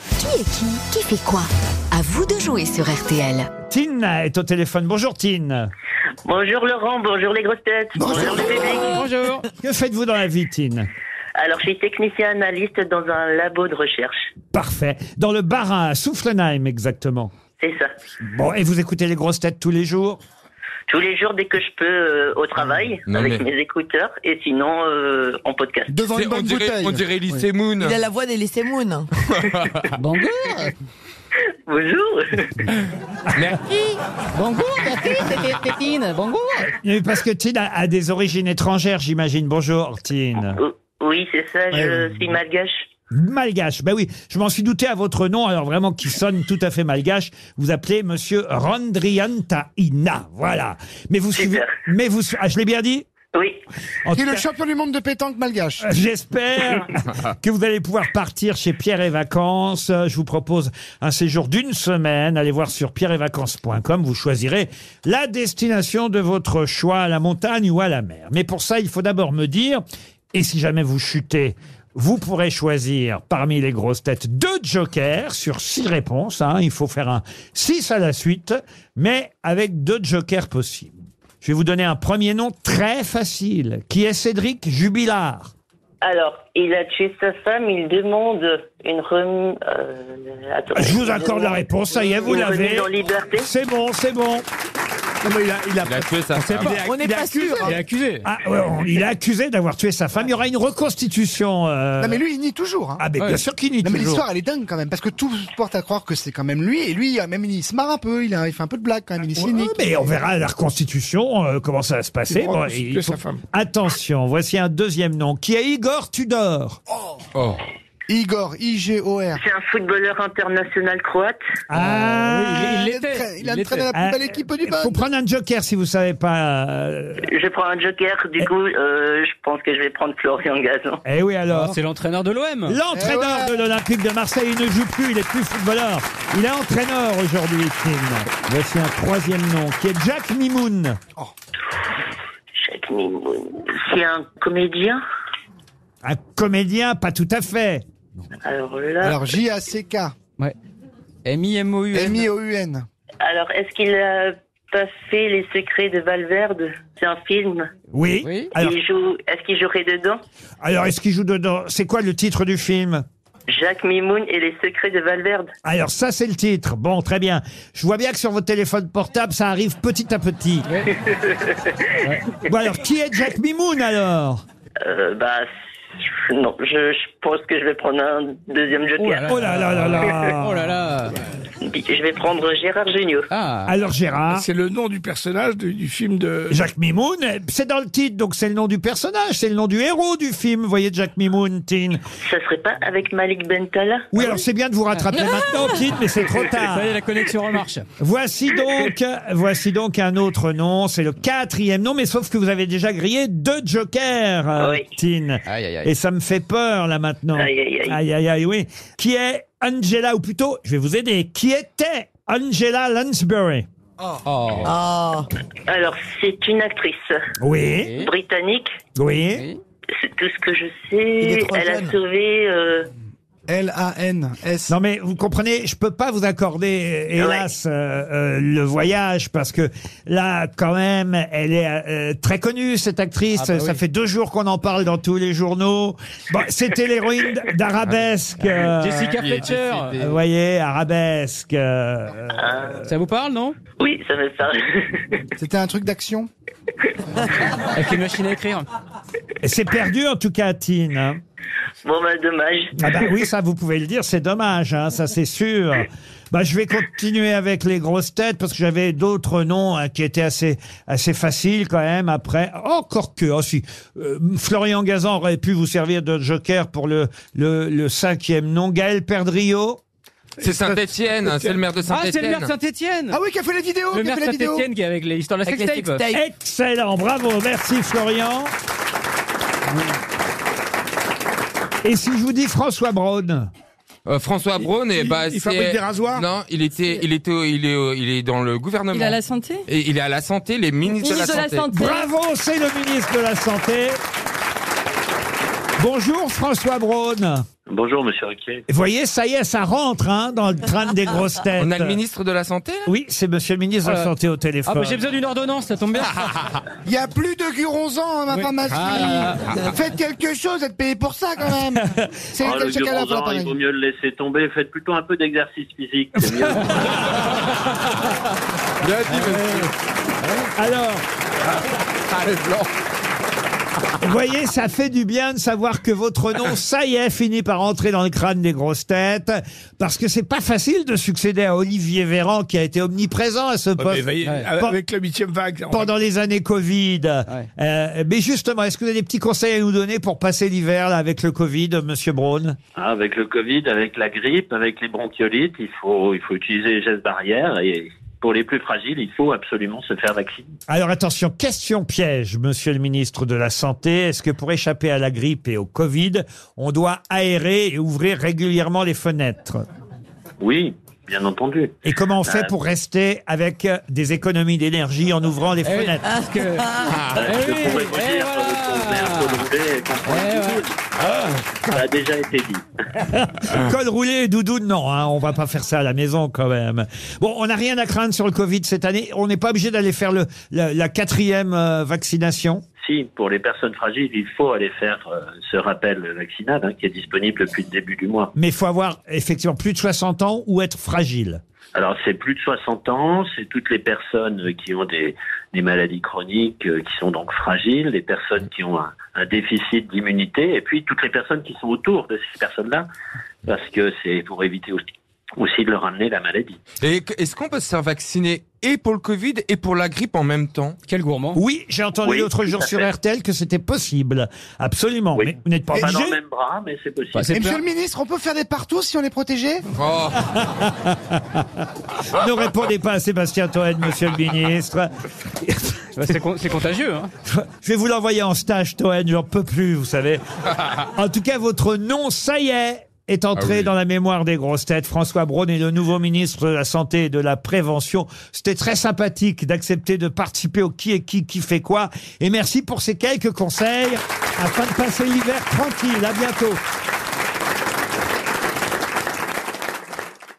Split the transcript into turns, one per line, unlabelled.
est qui Qui fait quoi À vous de jouer sur RTL.
Tine est au téléphone. Bonjour Tine.
Bonjour Laurent, bonjour les grosses têtes, bonjour, le public.
Bonjour.
Que faites-vous dans la vie, Tine
Alors je suis technicien analyste dans un labo de recherche,
Parfait. Dans le bar à Soufflenheim, exactement.
c'est ça.
Bon, et vous écoutez les grosses têtes tous les jours
Tous les jours dès que je peux euh, au
Ah,
travail
Non,
avec
mais-
mes écouteurs et sinon euh, en podcast.
Devant
C'est-
une
on,
bonne
dirait,
bouteille.
on dirait Elise Moon.
Il a la voix d'Elise Moon.
Bonjour,
Bonjour.
bonjour, merci, c'était Tétine, bonjour.
Mais Parce que Tine a, a des origines étrangères, j'imagine. Bonjour Tine.
O- oui c'est ça, je
Ouais.
suis malgache.
Malgache. Ben oui, je m'en suis douté à votre nom, alors vraiment qui sonne tout à fait malgache. Vous appelez Monsieur Randriantaina. Voilà. Mais vous suivez.
Super.
Mais vous. Ah, je l'ai bien dit
Oui,
En
Qui est
tout
le
cas-
champion du monde de pétanque
Euh,
malgache.
J'espère que vous allez pouvoir partir chez Pierre et Vacances. Euh, Je vous propose un séjour d'une semaine. Allez voir sur pierreetvacances.com. Vous choisirez la destination de votre choix, à la montagne ou à la mer. Mais pour ça, il faut d'abord me dire, et si jamais vous chutez, vous pourrez choisir parmi les grosses têtes deux jokers sur six réponses. hein. Il faut faire un six à la suite, mais avec deux jokers possibles. Je vais vous donner un premier nom très facile, qui est Cédric Jubilard.
alors il a tué sa femme, il demande une remise... euh, attends.
Je vous accorde la réponse, ça y est, vous
Une
l'avez.
remise en liberté.
C'est bon, c'est bon.
Il a tué sa femme.
On n'est pas sûr. hein.
Il Ah, est hein. accusé.
Ah, ouais, on- il est accusé d'avoir tué sa femme. Il y aura une reconstitution. euh,
Non mais lui il nie toujours. hein.
Ah, mais bien sûr qu'il nie
Non mais
toujours.
l'histoire elle est dingue quand même parce que tout porte à croire que c'est quand même lui et lui euh, même il se marre un peu, il, a- il fait un peu de blague quand même, il est
Ouais,
cynique.
mais on verra la reconstitution, euh, comment ça va se passer.
Il aura
il
reconstitué sa femme.
Attention, voici un deuxième nom qui est Igor Tudor.
Oh.
Igor I G O R.
C'est un footballeur international croate.
Ah,
Il, a il a entraîné la
Ah,
plus belle équipe du
faut
monde.
prendre un joker si vous savez pas. euh,
Je prends un joker, du coup euh, je pense que je vais prendre Florian Gazan.
Eh oui alors.
Ah, C'est l'entraîneur de l'OM.
L'entraîneur
Eh ouais.
de l'Olympique de Marseille, il ne joue plus, il est plus footballeur. Il est entraîneur aujourd'hui, Tim. Voici un troisième nom qui est Jack Mimoun.
Jack Mimoun. C'est un comédien
Un comédien, pas tout à fait.
Alors là. Alors,
Alors J A C K
M-I-M-O-U.
M I O U N.
est-ce qu'il a pas fait Les Secrets de Valverde C'est un film.
Oui.
Oui.
Alors,
Il joue. Est-ce qu'il jouerait dedans
alors est-ce qu'il joue dedans C'est quoi le titre du film
Jacques Mimoun et les Secrets de Valverde.
Alors ça, c'est le titre. Bon, très bien. Je vois bien que sur votre téléphone portable, ça arrive petit à petit. Bon alors, qui est Jack Mimoun alors
Euh, bah non, je, je pense que je vais prendre un deuxième joker.
Oh là là là là.
Oh là
Ah,
là.
Je vais prendre Gérard Jugnot.
Ah.
Alors Gérard.
C'est le nom du personnage du, du film de.
Jacques Mimoun, c'est dans le titre, donc c'est le nom du personnage, c'est le nom du héros du film, vous voyez, Jacques Mimoun, Tine.
Ça serait pas avec Malik Bentala
Oui, alors c'est bien de vous rattraper maintenant, Tine, mais c'est trop tard.
Ah. Ça y est, la connexion remarche.
Voici donc, voici donc un autre nom, c'est le quatrième nom, mais sauf que vous avez déjà grillé deux jokers, euh,
Oui.
Tine.
Aïe, aïe, aïe.
Et ça me fait peur, là, maintenant.
Aïe, aïe, aïe.
Aïe, aïe, aïe, oui. Qui est Angela, ou plutôt, je vais vous aider, qui était Angela Lansbury
Oh.
Ah.
Alors, c'est une actrice
Oui,
Et-
britannique.
oui.
C'est tout ce que je
Il
sais.
est trop
Elle a
jeune.
sauvé. euh,
L A N S.
Non mais vous comprenez, je peux pas vous accorder,
Ah
euh, hélas, euh, euh, le voyage parce que là, quand même, elle est euh, très connue cette actrice.
Ah bah oui.
Ça fait deux jours qu'on en parle dans tous les journaux. Bon, c'était l'héroïne d'Arabesque. euh,
Ah Jessica Fletcher. Ah,
Vous voyez, Arabesque. euh,
Ça vous parle, non
Oui, ça me parle.
C'était un truc d'action.
Avec les machines à écrire.
et c'est perdu en tout cas, Tine. hein.
bon, bah, dommage.
Ah bah oui, ça vous pouvez le dire, c'est dommage, hein, ça c'est sûr. Bah, je vais continuer avec les grosses têtes parce que j'avais d'autres noms hein, qui étaient assez assez faciles quand même. Après, encore que oh, si euh, Florian Gazan aurait pu vous servir de joker pour le le, le cinquième nom, Gaël Perdrio.
C'est Saint-Etienne, c'est le maire de
Ah, c'est le
Saint-Etienne.
maire de Saint-Etienne.
Ah oui, qui a fait les vidéos,
Le
qui
maire
a fait
de
les vidéos.
Saint-Etienne qui est avec les- l'histoire de la
Avec les
sextape.
sextapes.
Excellent, bravo, merci Florian. Et si je vous dis François Braun
Euh, François Braun, et
il-
bah,
il
c'est-
fabrique des rasoirs
Non, il était, il était, au- il est, au- il est dans le gouvernement.
Il a la santé
Et il est à la santé, les ministres de la santé.
Bravo, c'est le ministre de la Santé. Bonjour François Braun.
Bonjour, monsieur Riquet.
Vous voyez, ça y est, ça rentre hein, dans le train des grosses têtes.
On a le ministre de la Santé là
Oui, c'est monsieur le ministre de la
Euh,
Santé au téléphone.
Ah, bah, j'ai besoin d'une ordonnance, ça tombe bien.
Ah, Il y a plus de guronzans à ma pharmacie.
Ah.
Faites quelque chose, êtes payé pour ça quand même. C'est
Oh, le
quel chacun la fois,
Durand, il vaut
pareil.
mieux le laisser tomber. Faites plutôt un peu d'exercice physique. C'est mieux.
Bien dit, monsieur.
Alors, vous voyez, ça fait du bien de savoir que votre nom, ça y est, finit par entrer dans le crâne des grosses têtes, parce que c'est pas facile de succéder à Olivier Véran qui a été omniprésent à ce
Ouais, mais
poste.
voyez,
Ouais.
Avec le huitième vague. on-
pendant les années Covid. Euh, mais justement, est-ce que vous avez des petits conseils à nous donner pour passer l'hiver là, avec le Covid, Monsieur Braun
Ah, avec le Covid, avec la grippe, avec les bronchiolites, il faut, il faut utiliser les gestes barrières et pour les plus fragiles, il faut absolument se faire vacciner.
Alors attention, question piège, Monsieur le ministre de la Santé. Est-ce que pour échapper à la grippe et au Covid, on doit aérer et ouvrir régulièrement les fenêtres
Oui, bien entendu.
Et comment on fait pour rester avec euh, des économies d'énergie en ouvrant les
Eh oui.
fenêtres
Parce que-
Ah,
Eh
ce que
oui,
pourrait vous
eh
dire,
voilà.
votre pauvre mère, Paul Rouget, elle comprend
Eh Ah.
tout. Ça a déjà été dit.
Col roulé et doudoune, non, hein, on va pas faire ça à la maison quand même. Bon, on n'a rien à craindre sur le Covid cette année. On n'est pas obligé d'aller faire le, la, la quatrième euh, vaccination.
Si, pour les personnes fragiles, il faut aller faire euh, ce rappel vaccinal hein, qui est disponible depuis le début du mois.
Mais il faut avoir effectivement plus de 60 ans ou être fragile.
Alors, c'est plus de 60 ans, c'est toutes les personnes euh, qui ont des, des maladies chroniques, euh, qui sont donc fragiles, les personnes qui ont un, un déficit d'immunité, et puis toutes les personnes qui sont autour de ces personnes-là, parce que c'est pour éviter aussi, aussi de leur amener la maladie.
Et que- est-ce qu'on peut se faire vacciner et pour le Covid et pour la grippe en même temps
Quel gourmand.
Oui, j'ai entendu
Oui,
l'autre
tout
jour
à
sur
fait.
RTL que c'était possible. Absolument.
Oui.
Mais vous n'êtes pas
Pas
obligé.
dans le même bras, mais c'est possible.
Bah,
Et
c'est
monsieur
peur.
le ministre, on peut faire des partout si on est protégé
Oh,
Ne répondez pas à Sébastien Toen, monsieur le ministre.
Bah, c'est con- c'est contagieux. Hein.
Je vais vous l'envoyer en stage, Toen, j'en peux plus, vous savez. En tout cas, votre nom, ça y est est entré
Ah oui.
dans la mémoire des grosses têtes. François Braun est le nouveau ministre de la Santé et de la Prévention. C'était très sympathique d'accepter de participer au qui est qui, qui fait quoi. Et merci pour ces quelques conseils afin de passer l'hiver tranquille. À bientôt.